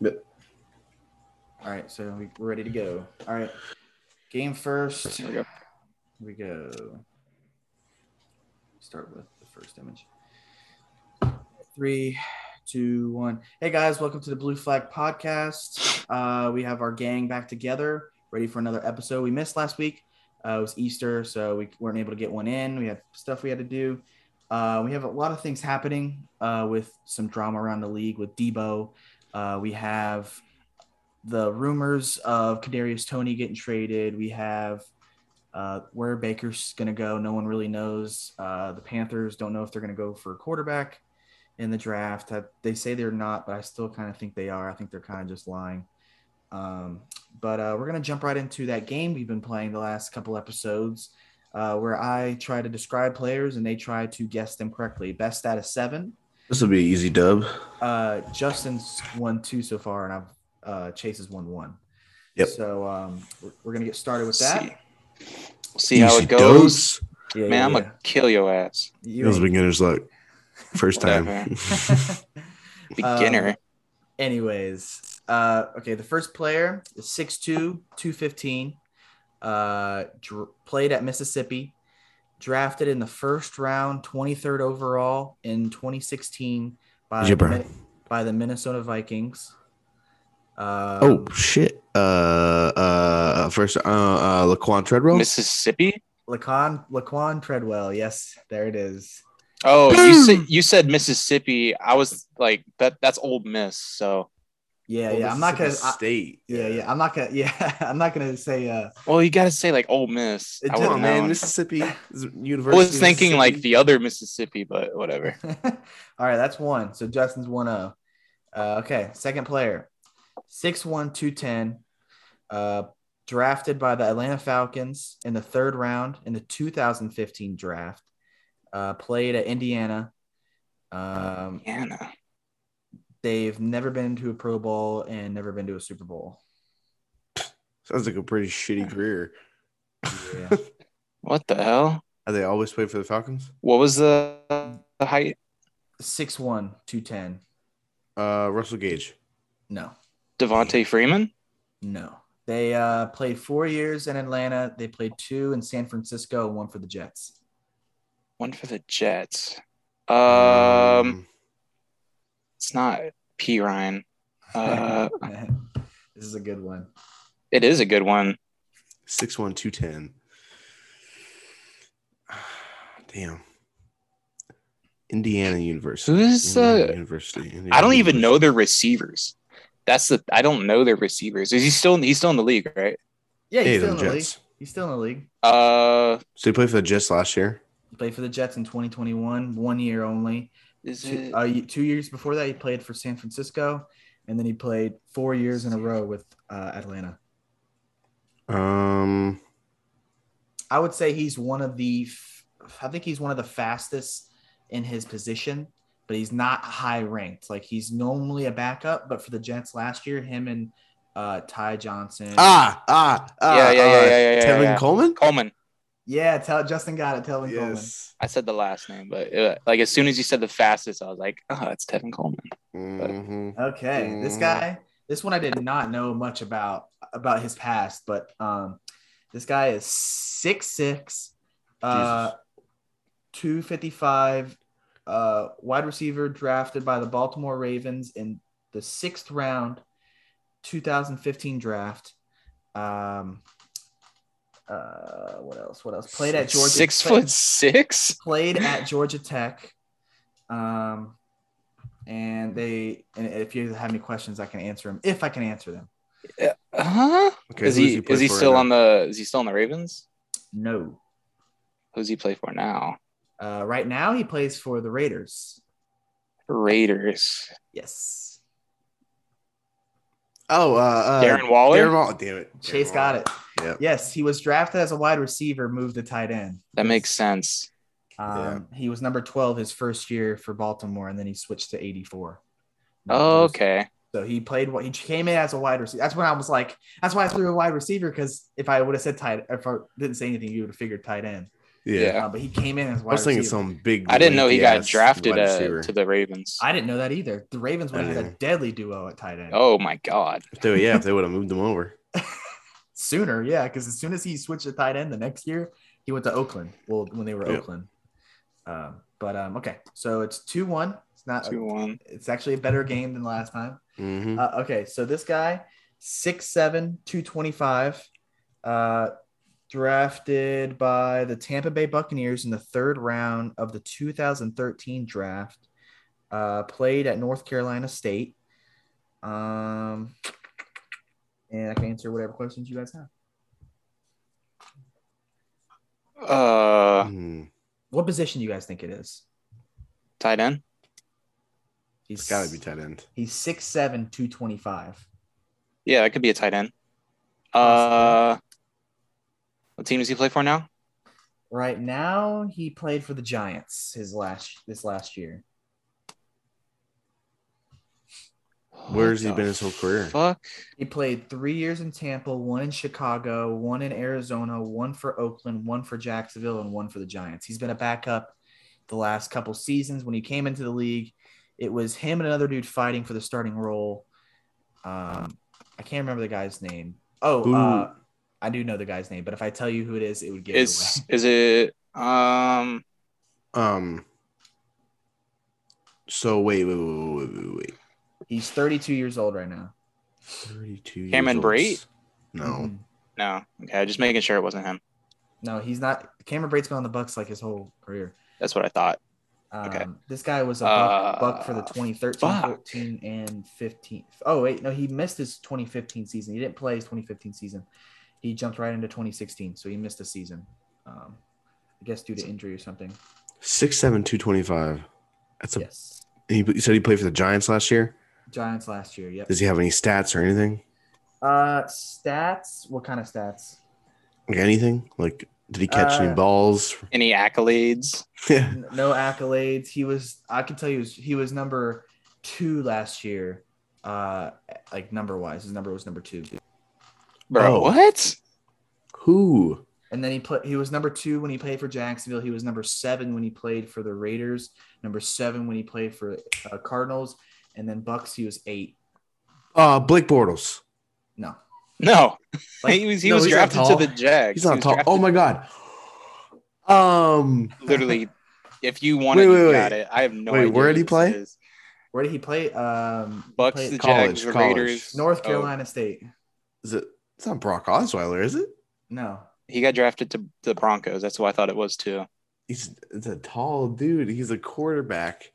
Yep. All right, so we- we're ready to go. All right, game first. Here we go. Start with the first image. Three, two, one. Hey guys, welcome to the Blue Flag Podcast. Uh, we have our gang back together, ready for another episode. We missed last week. Uh, it was Easter, so we weren't able to get one in. We had stuff we had to do. Uh, we have a lot of things happening uh, with some drama around the league with Debo. Uh, we have the rumors of Kadarius Tony getting traded. We have uh, where Baker's going to go. No one really knows. Uh, the Panthers don't know if they're going to go for a quarterback in the draft. I, they say they're not, but I still kind of think they are. I think they're kind of just lying. Um, but uh, we're going to jump right into that game we've been playing the last couple episodes uh, where I try to describe players and they try to guess them correctly. Best out of seven. This will be an easy dub. Uh, Justin's won two so far, and I've uh, Chase has won one. Yep. So um, we're, we're gonna get started with that. See, see how Easy it goes. dubs. Yeah, Man, I'm yeah, gonna kill your ass. yeah. That was beginner's luck. First time. Whatever. Uh, Um, Beginner. Anyways, uh, okay, the first player is 6'2, 215, uh, dr- played at Mississippi, drafted in the first round, 23rd overall in 2016 by, Jibber. the, Mi- by the Minnesota Vikings. Uh, oh shit. Uh uh first uh uh Laquan Treadwell. Mississippi? Laquan, Laquan Treadwell. Yes, there it is. Oh, you Boom. said you said Mississippi. I was like that that's old miss, so Yeah, yeah. I'm not gonna. I, state. yeah, yeah. I'm not gonna. Yeah, I'm not gonna say. Uh, well you gotta say like old miss. It I, don't- Come would've on, man. known. Mississippi is I University. was thinking of like Mississippi. the other Mississippi, but whatever. All right, that's one. So Justin's 1 0. Uh, okay, second player 6'1, 210. Uh, drafted by the Atlanta Falcons in the third round in the 2015 draft. Uh, played at Indiana. Um, Indiana. they've never been to a Pro Bowl and never been to a Super Bowl. sounds like a pretty shitty career. Yeah. What the hell? Are they always played for the Falcons? What was the, the height? 6'1, 210. Uh Russell Gage. No, Devontae Freeman? no. They uh, played four years in Atlanta. They played two in San Francisco, one for the Jets. One for the Jets. Um, Mm. Um, it's not P Ryan. Uh, this is a good one. it is a good one. six one two ten. Damn. Indiana University. Who's, uh, Indiana University? Indiana I don't even know University. their receivers. That's the I don't know their receivers. Is he still he's still in the league, right? Yeah, Hey, he's still them in the Jets. league. He's still in the league. Uh So he played for the Jets last year. He played for the Jets in 2021, one year only. is Two, it uh, y- two years before that, he played for San Francisco, and then he played four years in a row with uh, Atlanta. Um, I would say he's one of the, f- I think he's one of the fastest in his position, but he's not high ranked. Like he's normally a backup, but for the Jets last year, him and uh, Ty Johnson. ah, ah, Yeah, ah, yeah, ah, yeah, yeah, yeah, Tevin yeah. Coleman. Coleman? yeah, tell Justin got it. Tell him Coleman. Yes. I said the last name, but uh, like as soon as you said the fastest, I was like, oh, it's Tevin Coleman. Mhm. Okay, this Mm. Mhm. guy, this one I did not know much about about his past, but um, this guy is six six, uh, two fifty five, uh, wide receiver drafted by the Baltimore Ravens in the sixth round, two thousand fifteen draft. Um, uh, what else? What else? Played at Georgia. Six play- foot six. played at Georgia Tech. Um, and they, and if you have any questions, I can answer them if I can answer them. Huh? Okay, is who does he, play is he for still right on the is he still on the Ravens? No. Who's he play for now? Uh, right now, he plays for the Raiders. Raiders. Yes. now? Oh, uh, uh, Darren Waller. Darren Waller. Damn it. Darren Chase got it. Waller. Yep. Yes, he was drafted as a wide receiver, moved to tight end. that makes sense. Um, He was number 12 his first year for Baltimore, and then he switched to 84. Oh, Okay. So he played what he came in as a wide receiver. That's when I was like, that's why I threw a wide receiver because if I would have said tight, if I didn't say anything, you would have figured tight end. Yeah. Uh, but he came in as I wide was thinking receiver. some big. I didn't know he got lanky-ass drafted wide uh, receiver. to the Ravens. I didn't know that either. The Ravens would I have had a didn't. deadly duo at tight end. Oh my god. If they- yeah, if they would have moved him over. Sooner, yeah, because as soon as he switched to tight end the next year, he went to Oakland. Well, when they were Yeah. Oakland. Um, but um, okay, so it's two one. It's Uh, not. Two one. It's actually a better game than last time. Mhm. Uh, okay, so this guy, 6'7, 225, uh, drafted by the Tampa Bay Buccaneers in the third round of the 2013 draft, uh, played at North Carolina State. Um, and I can answer whatever questions you guys have. Uh Mhm. What position do you guys think it is? tight end. He's It's got to be tight end. He's 6'7, 225. Yeah, it could be a tight end. Uh Possibly. what team does he play for now? Right now, he played for the Giants his last this last year. Where's What he the been his whole career? Fuck. He played three years in Tampa, one in Chicago, one in Arizona, one for Oakland, one for Jacksonville, and one for the Giants. He's been a backup the last couple seasons. When he came into the league, it was him and another dude fighting for the starting role. Um, I can't remember the guy's name. Oh, Who- uh, I do know the guy's name, but if I tell you who it is, it would give Is it is it um Um. So wait, wait, wait, wait, wait, wait, wait. away. He's 32 years old right now. Thirty-two. years Cameron old. Brate? No. Mhm. no. Okay, just making sure it wasn't him. No, he's not. Cameron Brate's been on the Bucks like his whole career. That's what I thought. Um, Okay. This guy was a buck, Uh, buck for the 2013, fuck. 14, and 15. Oh, wait. No, he missed his 2015 season. He didn't play his 2015 season. He jumped right into 2016. So he missed a season. Um, I guess due to injury or something. Six seven two twenty five. That's a. yes. He you said he played for the Giants last year. Giants last year. Yep. Does he have any stats or anything? Uh, stats. What kind of stats? Like anything? Like did he catch Uh, any balls? Any accolades? Yeah. N- No accolades. He was, I can tell you, he was, he was number two last year. Uh, like number wise, his number was number two. Bro, Oh. what? Who? And then he put he was number two when he played for Jacksonville. He was number seven when he played for the Raiders. Number seven when he played for uh, Cardinals. And then Bucks, he was eight. Uh, Blake Bortles. No, No. Like, he was he no, was he's not drafted to tall. the Jags. He's He not was tall. drafted- Oh my god. Um, Literally if you want it, Wait, wait, you wait. got it. I have no Wait, idea. where who did he this play? is. where did he play? Um, Bucks, played the college, Jags, the college. Raiders. North Oh, Carolina State. is it? It's not Brock Osweiler, is it? No, he got drafted to the Broncos. That's who I thought it was too. He's it's a tall dude. He's a quarterback.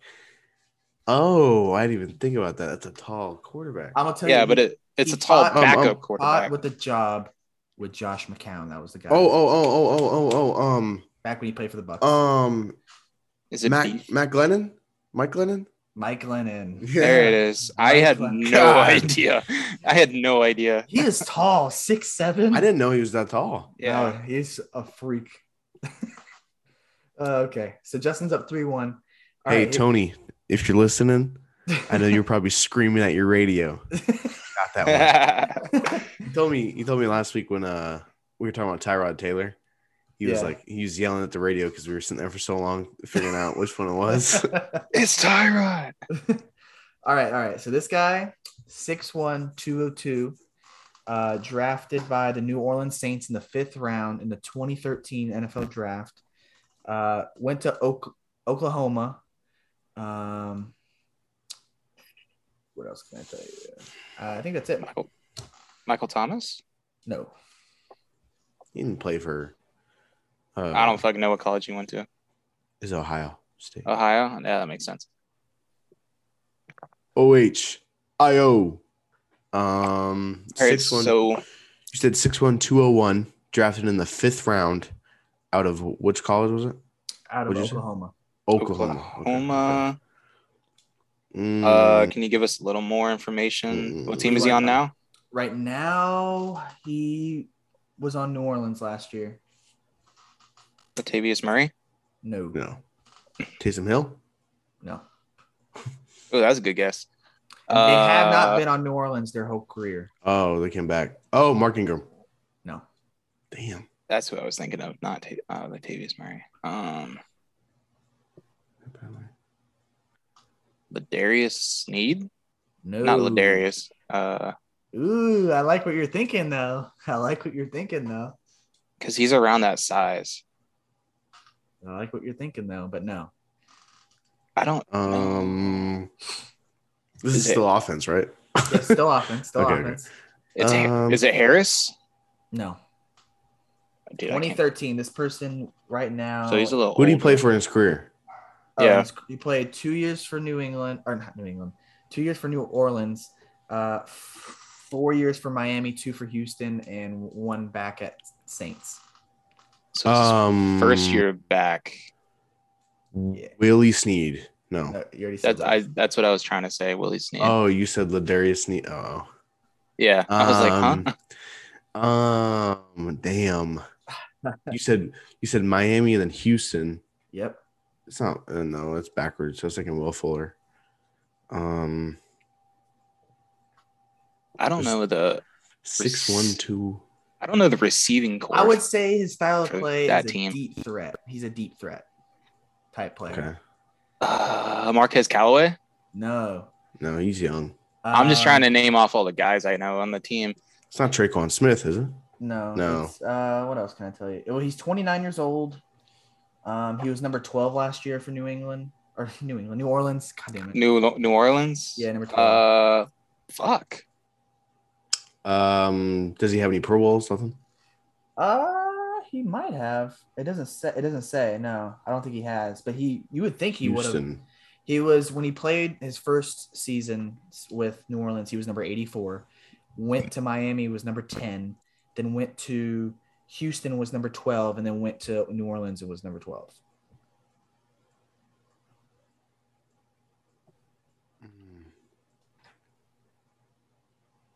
Oh, I didn't even think about that. That's a tall quarterback. I'm gonna tell you. Yeah, but he- it, it's he a tall fought- backup um, um, caught quarterback. with the job with Josh McCown. That was the guy. Oh, oh, oh, oh, oh, oh, oh. back when he played for the Bucks. Um, um, Is it Matt, beef? Matt Glennon, Mike Glennon. Mike Lennon. There it is. I had Mike no God. idea. I had no idea. He is tall, six seven. I didn't know he was that tall. Yeah. No, he's a freak. Uh, okay, so Justin's up three one. hey, Tony, if you're listening, I know you're probably screaming at your radio. Got that one. You told me you told me last week when uh we were talking about Tyrod Taylor. He was Yeah. like he was yelling at the radio because we were sitting there for so long figuring out which one it was. it's Tyrod. all right, all right. So this guy, 6'1", 202, uh, drafted by the New Orleans Saints in the fifth round in the 2013 NFL draft. Uh, went to Oak, Oklahoma. Um, what else can I tell you? Uh, I think that's it. Michael, Michael Thomas? No. he didn't play for uh, I don't Uh, fucking know what college he went to. is Ohio State. Ohio? Yeah, that makes sense. O H I O. Um All right, six one so you said six one two oh one, drafted in the fifth round out of which college was it? Out of What'd you say? Oklahoma. Oklahoma. Oklahoma. Okay, okay. Uh, Mm, can you give us a little more information? Mm, What team is he on now? Right now, he was on New Orleans last year. Latavius Murray? No, no. no. Taysom Hill? Oh, that was a good guess. And they have not Uh, been on New Orleans their whole career. Oh, they came back. Oh, Mark Ingram. No. Damn. That's what I was thinking of, not Ta- uh, Latavius Murray. Um, Ladarius Sneed, No. not Ladarius. Uh, Ooh, I like what you're thinking though. I like what you're thinking though. because he's around that size. I like what you're thinking though, but no. I don't. know. Um, this is, Is it- still offense, right? Yeah, still offense. Still Okay, okay. offense. It's Ha- um, is it Harris? No. Dude, I can't- 2013. This person right now. So he's a little. Who do you older. play for in his career? Oh, Yeah. he's- He played two years for New England, or not New England, two years for New Orleans, uh, f- four years for Miami, two for Houston, and one back at Saints. So this is Um, first year back. Yeah. Willie Sneed. No. No, Uh, you already said That's I. That's what I was trying to say. Willie Sneed. Oh, you said Ladarius Sneed. Oh. yeah. I was like, huh? huh? Um, damn. you said you said Miami and then Houston. Yep. It's not. Uh, no, it's backwards. So it's like in Will Fuller. Um, I don't know the. six one two. I don't know the receiving core. I would say his style of For play that is a team. deep threat. He's a deep threat type player. Okay. Uh, Marquez Callaway. No. No, he's young. I'm just trying Um, to name off all the guys I know on the team. It's not Traquan Smith, is it? No. No. it's, Uh, what else can I tell you? Well, he's 29 years old. Um, he was number 12 last year for New England or New England, New Orleans. God damn it. New New Orleans. yeah, number 12. Uh, fuck. Um, does he have any Pro Bowls? Nothing. Uh he might have. It doesn't say. It doesn't say. No, I don't think he has. But he, you would think he would have. Houston. He was when he played his first season with New Orleans. He was number eighty-four. Went to Miami was number ten. Then went to Houston was number twelve, and then went to New Orleans and was number twelve.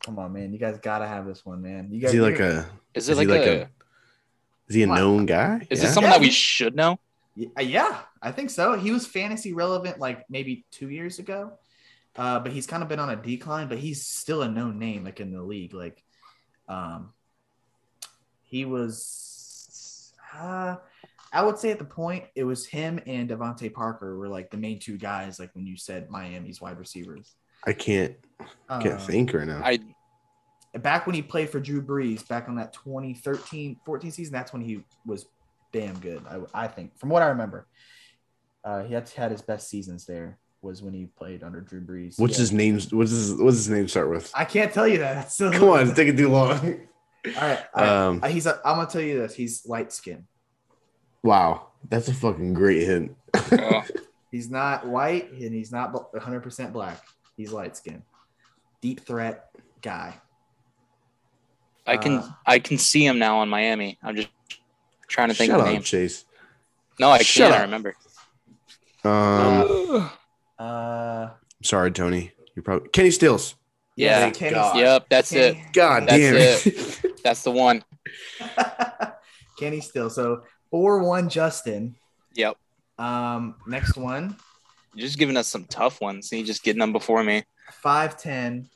Come on, man! You guys gotta have this one, man. You Is guys he like a? Is it Is like, he like a, a- Is he a Come on. known guy? Is Yeah? it someone Yeah. that we should know? Y- uh, Yeah, I think so. He was fantasy relevant like maybe two years ago, uh, but he's kind of been on a decline. But he's still a known name like in the league. Like, um, he was. Uh, I would say at the point it was him and Devonte Parker were like the main two guys. Like when you said Miami's wide receivers. I can't Um, can't think right now. I Back when he played for Drew Brees, back on that 2013 14 season, that's when he was damn good. I, I think, from what I remember, uh, he had, had his best seasons there was when he played under Drew Brees. what's Yeah. his name? What's his What's his name start with? I can't tell you that. That's so- Come on, it's taking too All long. right. all right. Um, Uh, he's. A, I'm gonna tell you this. He's light skinned. wow, that's a fucking great hint. oh, He's not white and he's not bl- 100% black. He's light skinned. Deep threat guy. I can Uh. I can see him now on Miami. I'm just trying to think Shut of up, the name. Chase. No, I Shut can't. I up. remember. Um, Uh, sorry, Tony. You probably Kenny Stills. Yeah. Thank God. yep, that's it. God That's damn it. That's the one. Kenny still. So four one Justin. Yep. Um, next one, You're just giving us some tough ones, and you just getting them before me. 5'10,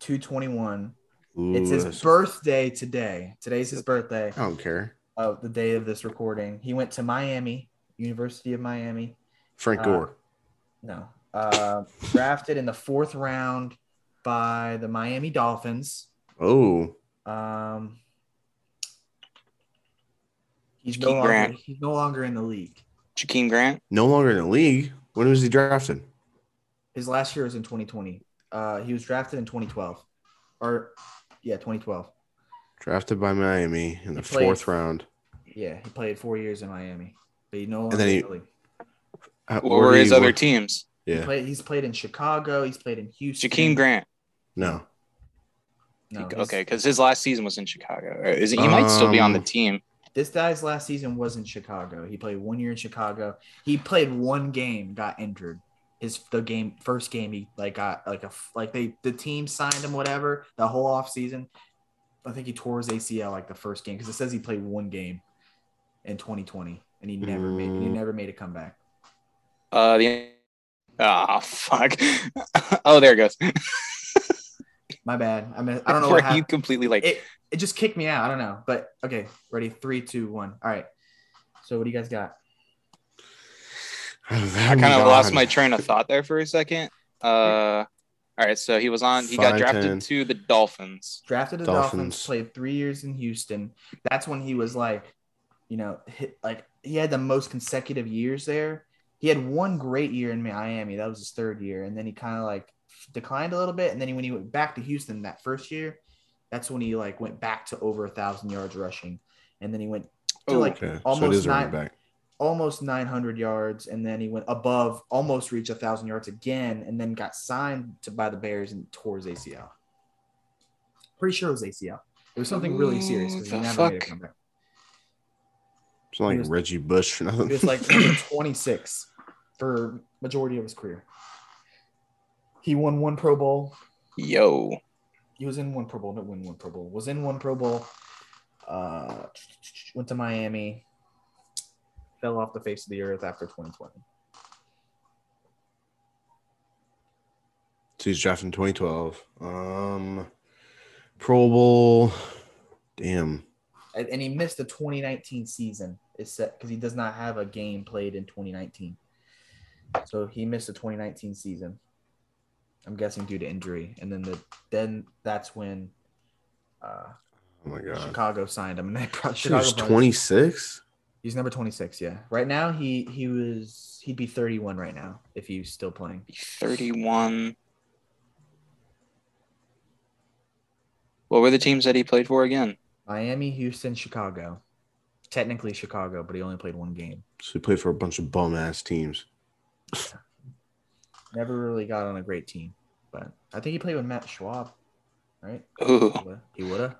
221. Ooh, It's his that's- birthday today. Today's his birthday I don't care. of the day of this recording. He went to Miami, University of Miami. Frank Uh, Gore. No. Uh, drafted in the fourth round by the Miami Dolphins. Oh, Um, he's, Keith no longer, Grant. he's no longer in the league. Jakeem Grant. no longer in the league. When was he drafted? His last year was in 2020. Uh, he was drafted in 2012, or yeah, 2012. Drafted by Miami in the He played- fourth round. Yeah, he played four years in Miami, but he no longer. And then he- in the league. Uh, What where were did his he other work? teams? He Yeah, played, he's played in Chicago. He's played in Houston. Jakeem Grant. no. No, his- Okay, because his last season was in Chicago. Or Is it, he might still be on the Um, team. This guy's last season was in Chicago. He played one year in Chicago. He played one game, got injured. His the game first game he like got like a like they the team signed him whatever the whole off season. I think he tore his ACL like the first game because it says he played one game in 2020 and he never made he Mm. never made a comeback. Uh, the ah fuck. oh, there it goes. My bad. I mean, I don't know what Were you happened. completely like It, it just kicked me out. I don't know. But okay, ready? Three, two, one. All right. So what do you guys got? Oh I kind of lost my train of thought there for a second. Uh, all right, so he was on. He got Fine, drafted ten. to the Dolphins. drafted to the Dolphins. Dolphins. played three years in Houston. That's when he was like, you know, hit, like he had the most consecutive years there. He had one great year in Miami. That was his third year, and then he kind of like declined a little bit. And then when he went back to Houston that first year, that's when he like went back to over a thousand yards rushing, and then he went to Ooh. like Okay, so it almost is a running nine- back. almost 900 yards and then he went above almost reached 1000 yards again and then got signed to by the bears and tore his acl pretty sure it was acl it was something really serious because he The never made a fuck? comeback It's not like He was- Reggie Bush or nothing. he was like number 26 for majority of his career he won one pro bowl Yo, he was in one pro bowl not win one pro bowl was in one pro bowl uh went to miami fell off the face of the earth after 2020 So he's drafted in 2012. Um, Pro Bowl. Damn. and and he missed the 2019 season is set because he does not have a game played in 2019 so he missed the 2019 season i'm guessing due to injury and then the then that's when uh Oh my god. chicago signed him and they brought He chicago was brought- 26. he's number 26 yeah right now he he was he'd be 31 right now if he was still playing thirty-one. What were the teams that he played for again? miami houston chicago technically chicago but he only played one game So he played for a bunch of bum ass teams. never really got on a great team but i think he played with matt schwab right Ooh, he would have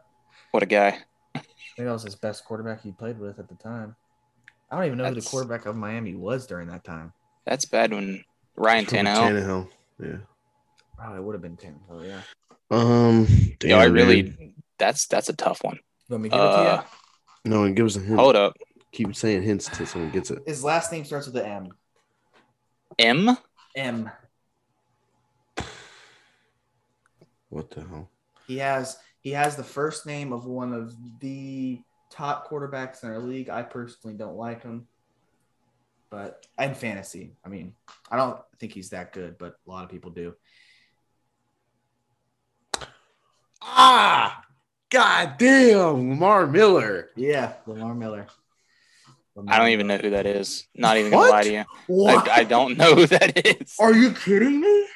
what a guy! I think that was his best quarterback he played with at the time. I don't even know who the That's- quarterback of Miami was during that time. That's bad when Ryan Probably Tannehill. Tannehill. Probably would have been Tannehill, yeah. Yeah. Um. Damn, Yo, I really. dude. That's that's a tough one. You want me to give Uh, it to no one gives a hint. hold up, Keep saying hints until someone gets it. you? His last name starts with the M. M. M. What the hell? He has he has the first name of one of the top quarterbacks in our league. I personally don't like him. But and fantasy. I mean, I don't think he's that good, but a lot of people do. Ah. God damn, Lamar Miller. Yeah, Lamar Miller. Lamar I don't even know who that is. Not even What? gonna lie to you. What? I, I don't know who that is. Are you kidding me?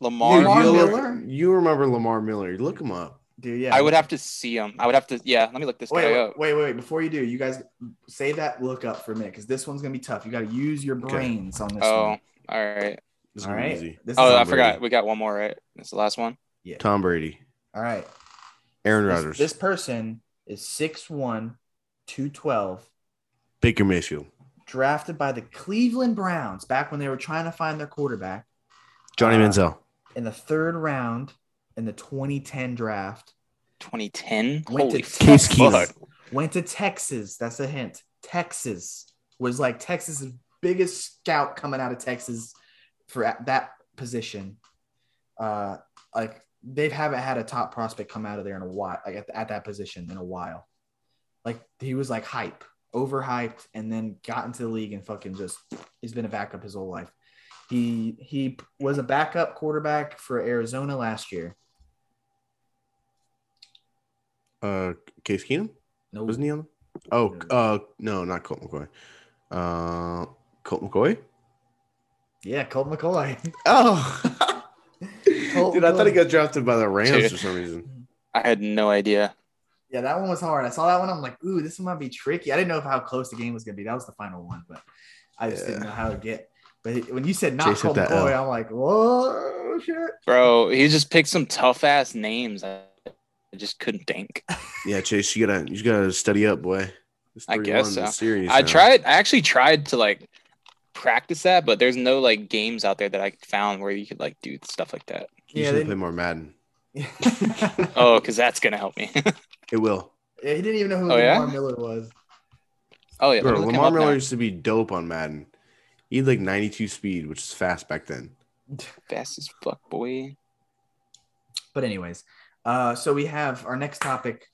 Lamar Lamar you, Miller. look- Miller? you remember Lamar Miller? Look him up. Dude, yeah. I would have to see him. I would have to. Yeah, let me look this guy Wait, wait, up. wait, wait. Before you do, you guys say that look up for a minute because this one's gonna be tough. You gotta use your Okay. brains on this Oh, one. all right. This All will be right. easy. This Oh, is, I Tom forgot. Brady. We got one more, right? That's the last one. Tom Brady, all right. Aaron This, Rodgers, this person is 6'1, 212, Baker Mayfield, drafted by the Cleveland Browns back when they were trying to find their quarterback Johnny Uh, Manziel. in the third round in the 2010 draft. 2010. Went to Holy fuck. Case Texas. Keenum. Went to Texas. That's a hint. Texas was like Texas's biggest scout coming out of Texas for at that position. Uh, like they haven't had a top prospect come out of there in a while, like at, at that position in a while. Like he was like hype, overhyped, and then got into the league and fucking just he's been a backup his whole life. He he was a backup quarterback for Arizona last year. Uh, Case Keenum No, wasn't he on? Oh, No. uh, no, not Colt McCoy. Uh, Colt McCoy. yeah, Colt McCoy. Oh, Colt dude, I thought he McCoy. got drafted by the Rams Dude. for some reason. I had no idea. Yeah, that one was hard. I saw that one. I'm like, ooh, this might be tricky. I didn't know how close the game was gonna be. That was the final one, but I just didn't Yeah. know how to get. But it- when you said not Chase hit Colt that McCoy, L. I'm like, whoa, shit. Bro, he just picked some tough ass names. I I just couldn't think. Yeah, Chase, you gotta, you gotta study up, boy. It's I 3-1 guess in so. the Series I now. tried. I actually tried to like practice that, but there's no like games out there that I found where you could like do stuff like that. You Yeah, should they- play more Madden. yeah, Oh, because that's gonna help me. It will. he didn't even know who Oh, Lamar yeah? Miller was. oh yeah, let me Bro, look him Lamar up now. Miller used to be dope on Madden. He had like 92 speed, which is fast back then. fast as fuck, boy. But anyways, Uh, so we have our next topic,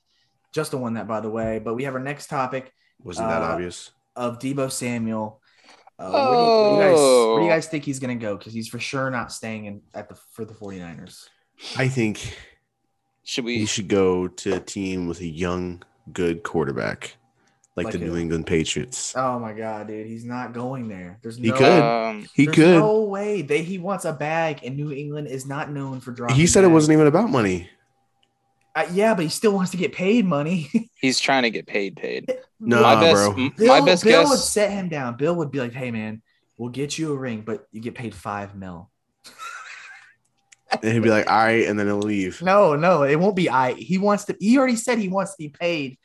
just a one that, by the way, but we have our next topic Wasn't that Uh, obvious? of Debo Samuel. Uh, where, do you, where do you guys, where do you Oh. guys think he's going to go? Because he's for sure not staying in at the for the 49ers. I think Should he we? should go to a team with a young, good quarterback, like, Like the who? New England Patriots. Oh my god, dude, he's not going there. There's He no could. Um, he there's could. no way they he wants a bag, and New England is not known for dropping. he said it bags. wasn't even about money. Uh, yeah, but he still wants to get paid money. he's trying to get paid. Paid. No, my best. bro. m- Bill, my best Bill would guess. set him down. Bill would be like, "Hey, man, we'll get you a ring, but you get paid five mil." And he'd be like, all right, and then he'll leave. No, no, it won't be. I. He wants to. He already said he wants to be paid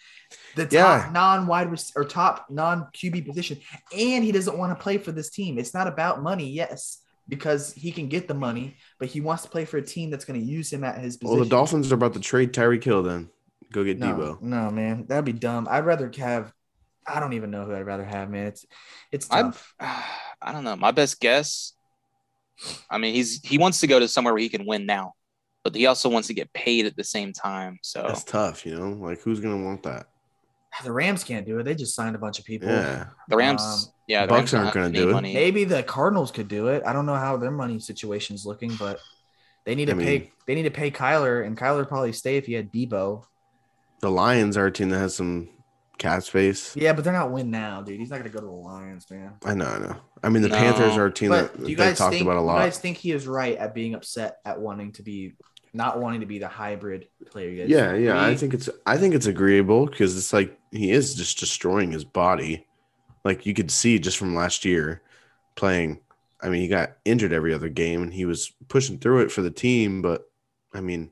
the top Yeah. non-wide rec- or top non-QB position, and he doesn't want to play for this team. It's not about money, yes, because he can get the money, but he wants to play for a team that's going to use him at his Well, position. the Dolphins are about to trade Tyreek Hill then. Go get no, Debo. no, man, that'd be dumb. I'd rather have. I don't even know who I'd rather have, man. It's, it's I'd- tough. I don't know. My best guess. I mean, he's he wants to go to somewhere where he can win now, but he also wants to get paid at the same time. So That's tough, you know? Like, who's going to want that? the Rams can't do it. They just signed a bunch of people. Yeah. the Rams, Um, yeah, the Bucks Rams don't aren't have gonna any do it. money. Maybe the Cardinals could do it. I don't know how their money situation's looking, but they need to I mean- pay. They need to pay Kyler, and Kyler would probably stay if he had Debo. The Lions are a team that has some cap space. Yeah, but they're not win now, dude. He's not gonna go to the Lions, man. I know, I know. I mean, the No. Panthers are a team But that do you they guys talked think? about a lot. You guys think he is right at being upset at wanting to be, not wanting to be the hybrid player? You guys yeah, yeah. I agree? think it's I think it's agreeable because it's like he is just destroying his body. Like you could see just from last year playing. I mean, he got injured every other game and he was pushing through it for the team, but I mean,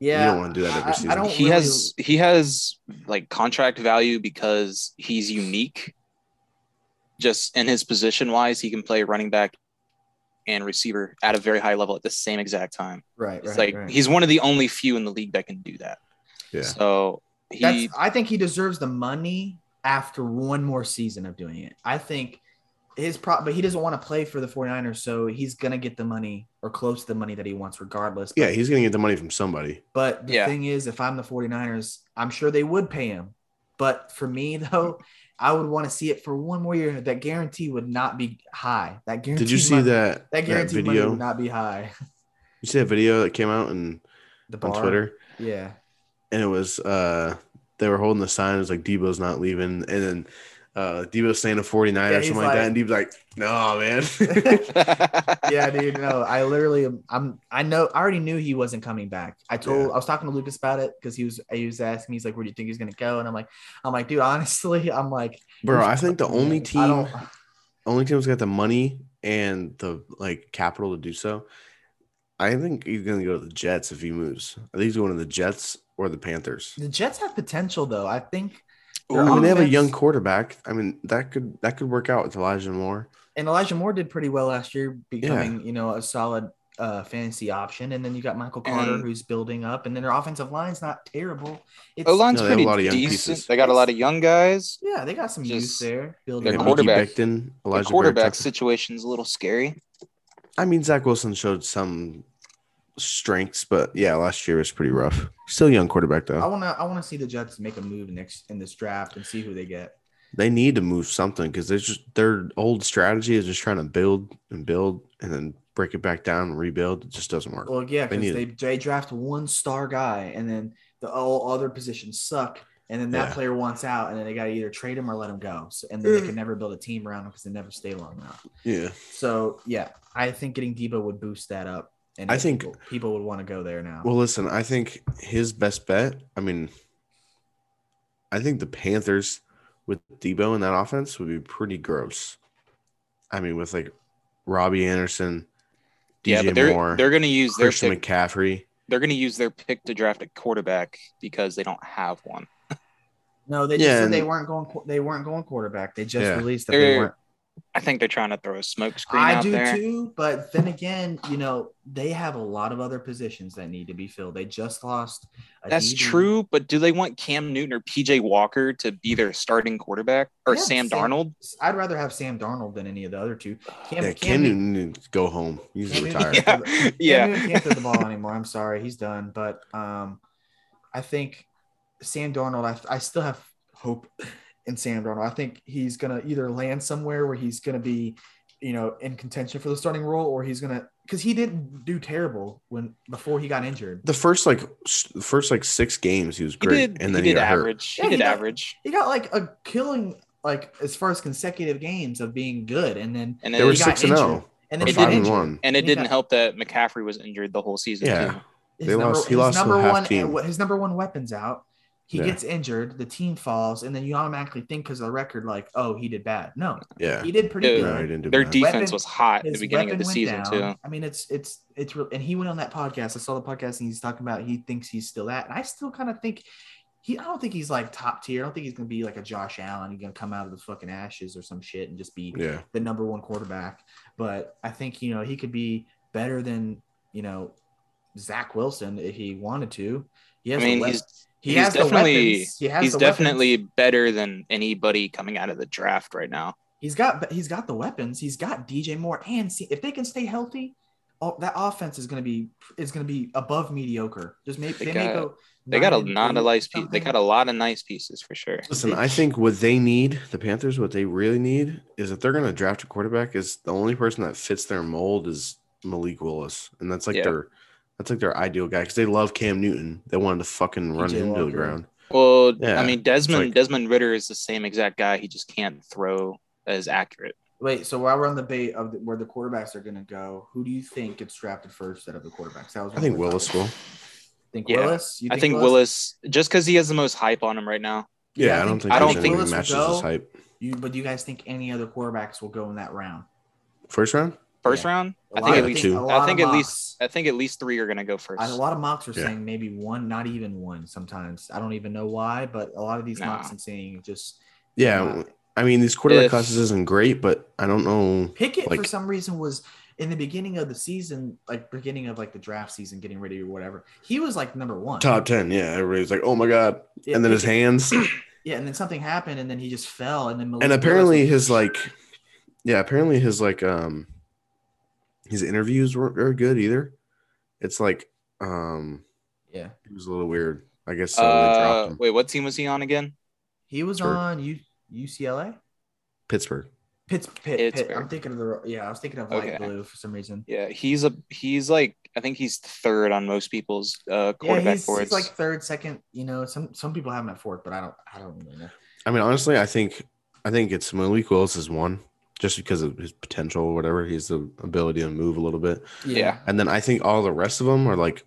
Yeah, you don't wanna do that I- every I- season. I, don't he really- has he has like contract value because he's unique. Just in his position wise, he can play running back and receiver at a very high level at the same exact time. right. It's right, like right. he's one of the only few in the league that can do that. Yeah. So he That's, I think he deserves the money after one more season of doing it. I think his prop, but he doesn't want to play for the 49ers, so he's going to get the money or close to the money that he wants regardless. But, yeah, he's gonna get the money from somebody. but the Yeah. thing is, if I'm the 49ers, I'm sure they would pay him. But for me, though, I would want to see it for one more year. That guarantee would not be high. That guarantee. Did you see that That guarantee money video? would not be high. You see that video that came out and The bar. on Twitter? Yeah. and it was uh they were holding the sign it was like debo's not leaving and then uh debo's staying at 49 Yeah, or he's something like, that like- and debo's like no man yeah, dude. No, I literally, am- I'm, I know, I already knew he wasn't coming back. I told, Yeah. I was talking to Lucas about it because he was, he was asking me, he's like, where do you think he's gonna go? And I'm like, I'm like, dude, honestly, I'm like, bro i think the only I team don't, only team's got the money and the like capital to do so i think he's gonna go to the jets if he moves i think he's going to the jets or the panthers the Jets have potential though. I think, I mean, they have a offense- young quarterback. I mean, that could that could work out with Elijah Moore. and Elijah Moore did pretty well last year, becoming, you know, a solid uh fantasy option. And then you got Michael Carter And- who's building up, and then their offensive line's not terrible. It's O line's No, they have a pretty lot of young decent. pieces. They got a lot of young guys. yeah, they got some youth Just there. Building Their Like up. Mickey quarterback- Becton, The Elijah quarterback Barrett-Tucker. situation's a little scary. I mean, Zach Wilson showed some strengths, but yeah, last year was pretty rough. Still young quarterback I though. wanna, I wanna see the Jets make a move next in this draft and see who they get. They need to move something because there's just their old strategy is just trying to build and build and then break it back down and rebuild. It just doesn't work. Well, yeah, They because need they, they draft one star guy, and then the all other positions suck, and then that Yeah. player wants out, and then they got to either trade him or let him go, so, and then Mm. they can never build a team around him because they never stay long enough. Yeah. So yeah, I think getting Debo would boost that up, and I think- people, people would want to go there now. Well, listen, I think his best bet. I mean, I think the Panthers with Debo in that offense would be pretty gross. I mean, with like Robbie Anderson, DJ yeah, but they're Moore, they're gonna use their Christian pick, McCaffrey. they're gonna use their pick to draft a quarterback because they don't have one. no, they just yeah, said they and- weren't going. qu- They weren't going quarterback. They just Yeah. released that they They're- weren't. I think they're trying to throw a smoke screen I out do there. too, but then again, you know, they have a lot of other positions that need to be filled. They just lost. a That's DB. true, but do they want Cam Newton or PJ Walker to be their starting quarterback or Yeah, Sam Sam- Darnold? I'd rather have Sam Darnold than any of the other two. Cam, yeah, Cam Cam Newton- Newton needs to go home. He's Cam Newton- retired. Yeah, Yeah, yeah. Newton can't throw the ball anymore. I'm sorry, he's done. But um, I think Sam Darnold. I, I still have hope in Sam Darnold. I think he's gonna either land somewhere where he's gonna be, you know, in contention for the starting role, or he's gonna because he didn't do terrible when before he got injured. The first like s- the first like six games, he was He great, did, and then he he, did got hurt. average. Yeah, he did he got- average. He got like a killing, like as far as consecutive games of being good, and then And They then were he got six and injured. zero, and or then he five got and injured. one. And it He didn't got- help that McCaffrey was injured the whole season. Yeah. too. His They number, lost- he his lost to a number half one. team. His number one weapons out. He Yeah. gets injured. The team falls, and then you automatically think because of the record, like, oh, he did bad. No, Yeah, he did pretty Dude, no, he good. didn't do Their bad. defense Weapon- was hot at the His beginning weapon of the went season down. too. I mean, it's it's it's real. And he went on that podcast. I saw the podcast, and he's talking about he thinks he's still that. And I still kind of think he. I don't think he's like top tier. I don't think he's gonna be like a Josh Allen. He's gonna come out of the fucking ashes or some shit and just be yeah, the number one quarterback. But I think you know he could be better than you know Zach Wilson if he wanted to. He I has mean, the wep- he's he he's has definitely- the weapons. He has he's the weapons. definitely better than anybody coming out of the draft right now. he's got but he's got the weapons. He's got DJ Moore and see, if they can stay healthy, oh, that offense is going to be is going to be above mediocre. Just maybe They they, got- may go. They got a nine and lot eight of or nice pieces. They something. got a lot of nice pieces for sure. Listen, They- I think what they need, the Panthers, what they really need is if they're going to draft a quarterback, is the only person that fits their mold is Malik Willis, and that's like Yeah. their that's like their ideal guy because they love Cam Newton. They wanted to fucking run P.J. him to the Walker. ground. Well, Yeah, I mean, Desmond like- Desmond Ritter is the same exact guy. He just can't throw as accurate. Wait, so while we're on the debate of the, where the quarterbacks are going to go, who do you think gets drafted first out of the quarterbacks? That was I think one of the Willis topics. will. Think Yeah. Willis? You I think Willis, just because he has the most hype on him right now. Yeah, I don't think I there's don't anything think Willis that will matches go. his hype. You, but do you guys think any other quarterbacks will go in that round? First round, First Yeah. round, A I lot think of- at least two. a lot I think of at mocks- least I think at least three are gonna go first. a lot of mocks are Yeah. saying maybe one, not even one. Sometimes I don't even know why, but a lot of these Nah. mocks are saying just yeah. I mean, these quarterback If- classes isn't great, but I don't know. Pickett for Like- some reason was in the beginning of the season, like beginning of like the draft season, getting ready or whatever. He was like number one. Top ten, yeah. Everybody's like, "Oh my god!" Yeah, and then his Pickett- hands, yeah, and then something happened, and then he just fell, and then Malik and Willis apparently was- his like yeah apparently his like um his interviews weren't very good either it's like um yeah it was a little weird i guess so they Uh, dropped him wait, what team was he on again? he was Sure. on U- UCLA. pittsburgh Pitts, Pitt, Pitt. Pittsburgh. I'm thinking of the yeah, I was thinking of light Okay. blue for some reason. Yeah, he's a he's like I think he's third on most people's uh, Yeah, quarterback he's, boards. he's like third, second. You know, some some people have him at fourth, but I don't. I don't really know. i mean honestly i think i think it's malik willis is one just because of his potential or whatever he's the ability to move a little bit Yeah. and then i think all the rest of them are like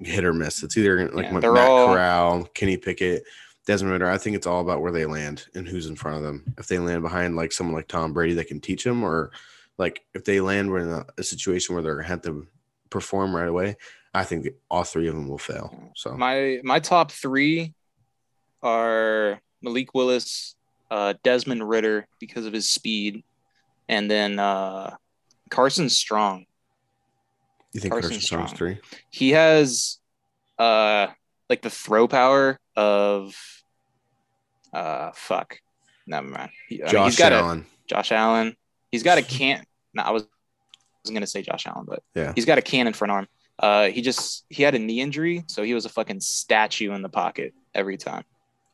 hit or miss it's either like Yeah, Matt they're all- corral kenny pickett Desmond Ritter, I think it's all about where they land and who's in front of them. If they land behind like someone like Tom Brady that can teach them, or like if they land we're in a, a situation where they're gonna have to perform right away, I think that all three of them will fail. So my my top three are Malik Willis, uh, Desmond Ritter because of his speed, and then uh, Carson Strong. you think Carson Carson Strong's Strong. three? He has uh like the throw power of uh fuck. Never mind. He, I mean, he's Josh got Allen. A, Josh Allen. He's got a can. No, I was wasn't gonna say Josh Allen, but Yeah. he's got a cannon for an arm. Uh, he just he had a knee injury, so he was a fucking statue in the pocket every time.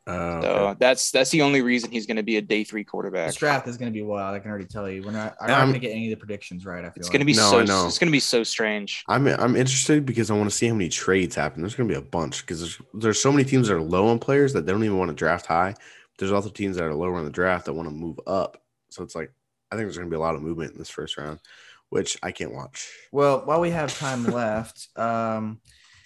Oh, So okay. that's that's the only reason he's going to be a day three quarterback. This draft is going to be wild. I can already tell you. We're not. I'm Yeah, not I'm- going to get any of the predictions right. I feel Um, It's like. going to be No, so I know. it's going to be so strange. I'm I'm interested because I want to see how many trades happen. There's gonna be a bunch because there's there's so many teams that are low on players that they don't even want to draft high. There's also teams that are lower in the draft that want to move up. So it's like I think there's gonna be a lot of movement in this first round, which I can't watch. Well, while we have time left, um,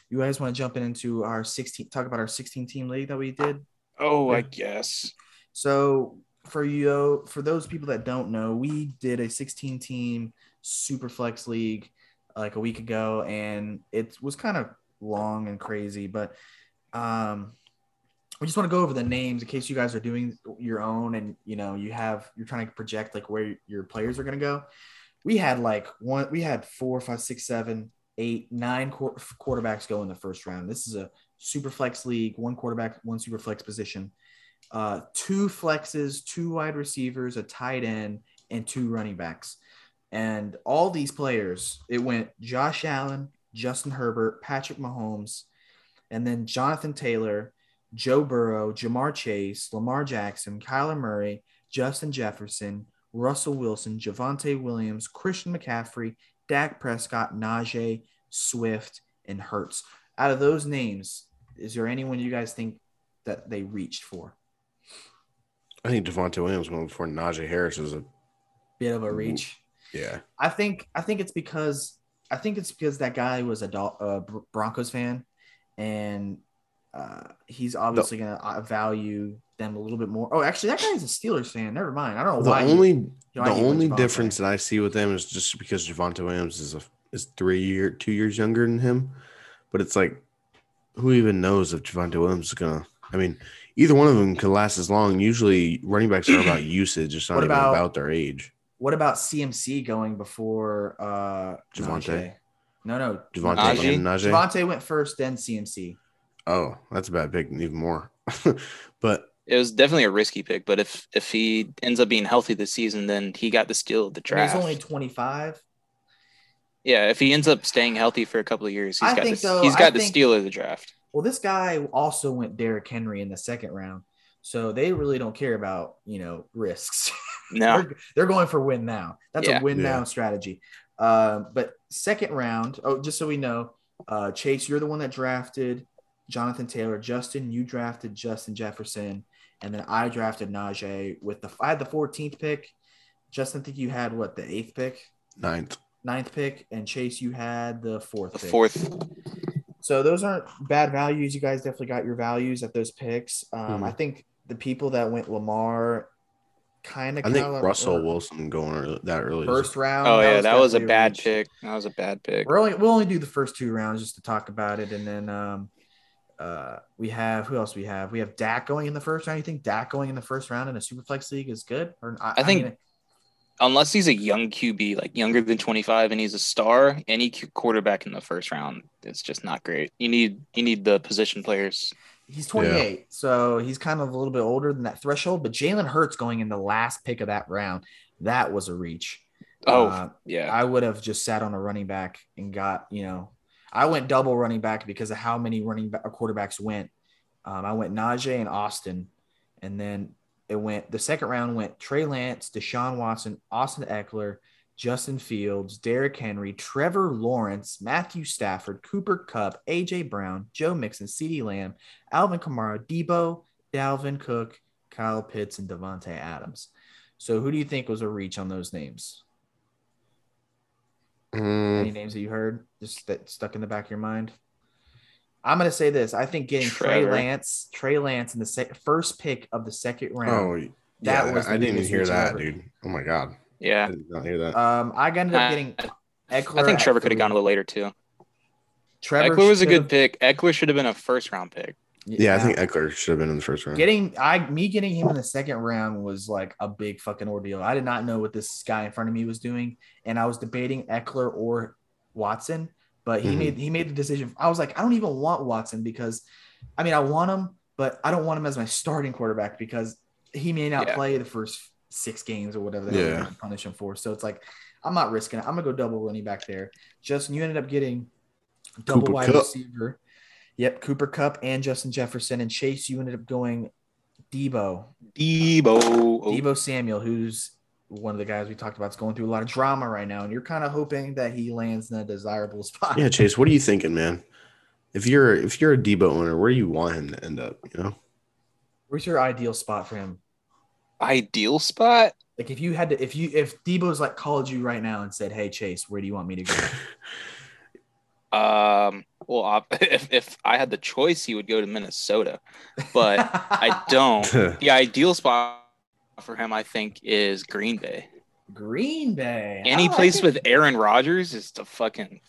you guys want to jump into our 16? Talk about our 16 team league that we did. Oh, I Yeah. guess. So for you, for those people that don't know, we did a 16 team super flex league like a week ago, and it was kind of long and crazy, but um, I just want to go over the names in case you guys are doing your own and you know you have you're trying to project like where your players are going to go. We had like one, we had four, five, six, seven, eight, nine qu- quarterbacks go in the first round. This is a super flex league, one quarterback, one super flex position, uh, two flexes, two wide receivers, a tight end, and two running backs. And all these players, it went Josh Allen, Justin Herbert, Patrick Mahomes, and then Jonathan Taylor, Joe Burrow, Jamar Chase, Lamar Jackson, Kyler Murray, Justin Jefferson, Russell Wilson, Javante Williams, Christian McCaffrey, Dak Prescott, Najee, Swift, and Hertz. Out of those names, is there anyone you guys think that they reached for? I think Devontae Williams went before Najee Harris is a Bit of a reach. yeah. Mm-hmm. I think I think it's because I think it's because that guy was a Dol- uh, Br- Broncos fan, and uh, he's obviously going to uh, value them a little bit more. Oh, actually, that guy's a Steelers fan. Never mind. I don't know The why. he- only why the he went only Javonte. difference that I see with them is just because Javante Williams is a is three year two years younger than him, but it's like who even knows if Javante Williams is gonna. I mean, either one of them could last as long. Usually, running backs are about usage. It's not What even about- about, their age. What about CMC going before uh, Javonte. Najee? No, no. Javante Najee? and Najee. Javante went first, then CMC. Oh, that's a bad pick, even more. but It was definitely a risky pick, but if if he ends up being healthy this season, then he got the steal of the I mean, he's draft. only 25. yeah, if he ends up staying healthy for a couple of years, he's I got think the, so. he's I got the think- steal of the draft. Well, this guy also went Derrick Henry in the second round, so they really don't care about you know risks. No, They're, they're going for win now. That's Yeah. a win Yeah. now strategy. Um, but second round, oh, just so we know, uh, Chase, you're the one that drafted Jonathan Taylor. Justin, you drafted Justin Jefferson, and then I drafted Najee with the I had the 14th pick. Justin, I think you had what the eighth pick, ninth, ninth pick, and Chase, you had the fourth. the pick. fourth. So those aren't bad values. You guys definitely got your values at those picks. Um, Mhm. I think the people that went Lamar, kind of. I think Russell Wilson going early, that early. is- uh, first round. Oh yeah, that was a definitely bad reach. pick. That was a bad pick. We're only we'll only do the first two rounds just to talk about it, and then um, uh, we have who else we have? We have Dak going in the first round. You think Dak going in the first round in a superflex league is good? Or I, I think- mean, Unless he's a young QB, like younger than 25, and he's a star, any Q- quarterback in the first round, it's just not great. You need you need the position players. he's 28, so he's kind of a little bit older than that threshold. But Jalen Hurts going in the last pick of that round, that was a reach. Oh Uh, yeah, I would have just sat on a running back and got, you know, I went double running back because of how many running back, quarterbacks went. Um, I went Najee and Austin, and then it went the second round went Trey Lance, Deshaun Watson, Austin Eckler, Justin Fields, Derrick Henry, Trevor Lawrence, Matthew Stafford, Cooper Cup, AJ Brown, Joe Mixon, CeeDee Lamb, Alvin Kamara, Debo, Dalvin Cook, Kyle Pitts, and Devontae Adams. So who do you think was a reach on those names? Mm, Any names that you heard just that stuck in the back of your mind? I'm gonna say this. I think getting Trey Trevor. Lance, Trey Lance in the sec- first pick of the second round. oh, That yeah, was the I didn't even biggest hear reach that, ever. dude. Oh my god, I yeah. did not hear that. Um, I ended up I- getting Eckler. I at think Trevor could have three. gone a little later too. Trevor Eckler was a should've- good pick. Eckler should have been a first round pick. yeah, I think Eckler should have been in the first round. getting I me getting him in the second round was like a big fucking ordeal. I did not know what this guy in front of me was doing, and I was debating Eckler or Watson, but he Mhm. made he made the decision. I was like, I don't even want Watson because, I mean, I want him, but I don't want him as my starting quarterback because he may not Yeah. play the first six games or whatever they're Yeah. going to punish him for. So it's like, I'm not risking it. I'm gonna go double running back there. Justin, you ended up getting double Cooper wide Kupp. receiver. Yep, Cooper Cup and Justin Jefferson and Chase. You ended up going Debo, Debo. Oh, Uh, Debo Samuel, who's one of the guys we talked about. is going through a lot of drama right now, and you're kind of hoping that he lands in a desirable spot. Yeah, Chase, what are you thinking, man? If you're if you're a Debo owner, where do you want him to end up? You know, Where's your ideal spot for him? Ideal spot. Like if you had to, if you if Debo's like called you right now and said, "Hey Chase, where do you want me to go?" Um. Well, op- if if I had the choice, he would go to Minnesota, but I don't. The ideal spot for him, I think, is Green Bay. Green Bay. Oh, I Any like place it. with Aaron Rodgers is the fucking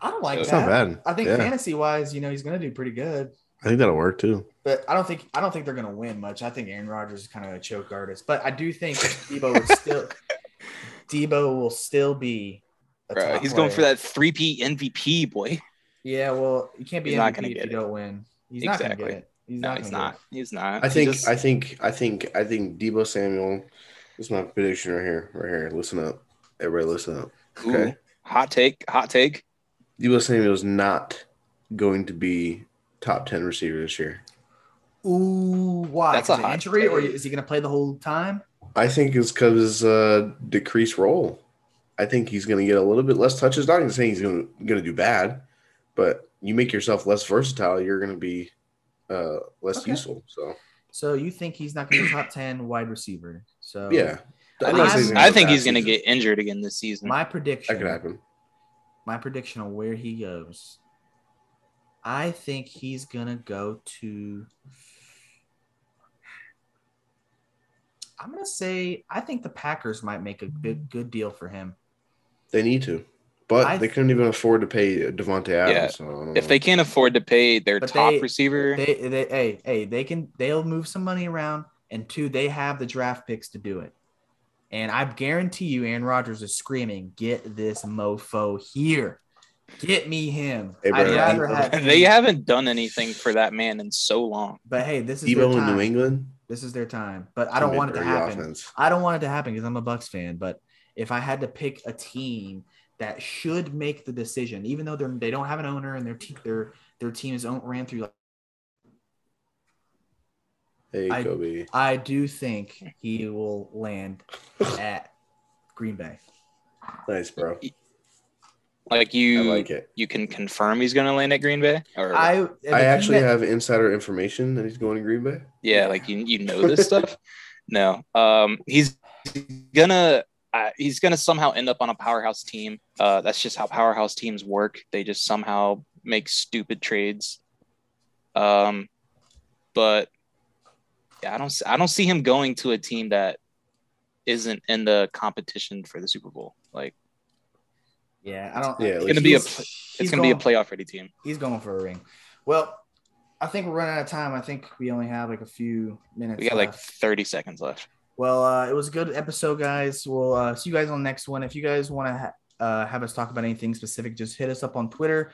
I don't like it's that. not bad. I think yeah. fantasy wise, you know, he's gonna do pretty good. I think that'll work too. But I don't think I don't think they're gonna win much. I think Aaron Rodgers is kind of a choke artist. But I do think Debo would still Debo will still be a Bro, top he's going for player. that three P MVP boy. Yeah, well, you can't be He's MVP not gonna if get you don't win. He's not gonna Exactly. get it. He's No, not he's gonna not. He's not. I He think just- I think I think I think Debo Samuel. This is my prediction right here. Right here. Listen up. Everybody listen up. Ooh, Okay. hot take. Hot take. Debo Samuel is not going to be top ten receiver this year. Get it. Ooh, why? That's a Is it hot injury, or take. is he gonna play the whole time? I think it's because his uh, decreased role. I think he's going to get a little bit less touches. Not even saying he's going to do bad, but you make yourself less versatile, you're going to be uh, less Okay. useful. So So you think he's not gonna be top ten wide receiver? So yeah, Um, I I'm think, not saying he's- gonna I go think bad he's going to season. get injured again this season. my that could prediction. happen. My prediction on where he goes. I think he's gonna go to. I'm gonna say I think the Packers might make a good good deal for him. They need to, but I- they couldn't even afford to pay Devonte Adams. Yeah. So I don't know. if they can't afford to pay their But top they- receiver, They, they, hey, hey, they can, they'll move some money around, and two, they have the draft picks to do it. And I guarantee you, Aaron Rodgers is screaming, "Get this mofo here, get me him." Hey, I'd bro, rather he- have. him- they haven't done anything for that man in so long. But hey, this is their Debo in time. New England, This is their time. But I don't want it to Mid-area happen. offense. I don't want it to happen because I'm a Bucks fan. But if I had to pick a team that should make the decision, even though they're they don't have an owner and their te- their their team is own- ran through, like, Hey I- Kobe, I do think he will land at Green Bay. nice bro. Like I you, like it. you can confirm he's going to land at Green Bay, or I I actually have insider information that he's going to Green Bay. yeah, like you, you know this stuff. No, um, he's gonna uh, he's gonna somehow end up on a powerhouse team. Uh, that's just how powerhouse teams work. They just somehow make stupid trades. Um, but yeah, I don't s- I don't see him going to a team that isn't in the competition for the Super Bowl. Like yeah. I don't. Yeah, It's like- Gonna be a he's- pl- he's it's gonna be a going- playoff ready team. He's going for a ring. Well, I think we're running out of time. I think we only have like a few minutes. We got like left. 30 seconds left. Well, uh, it was a good episode, guys. We'll uh, see you guys on the next one. If you guys want to ha- uh, have us talk about anything specific, just hit us up on Twitter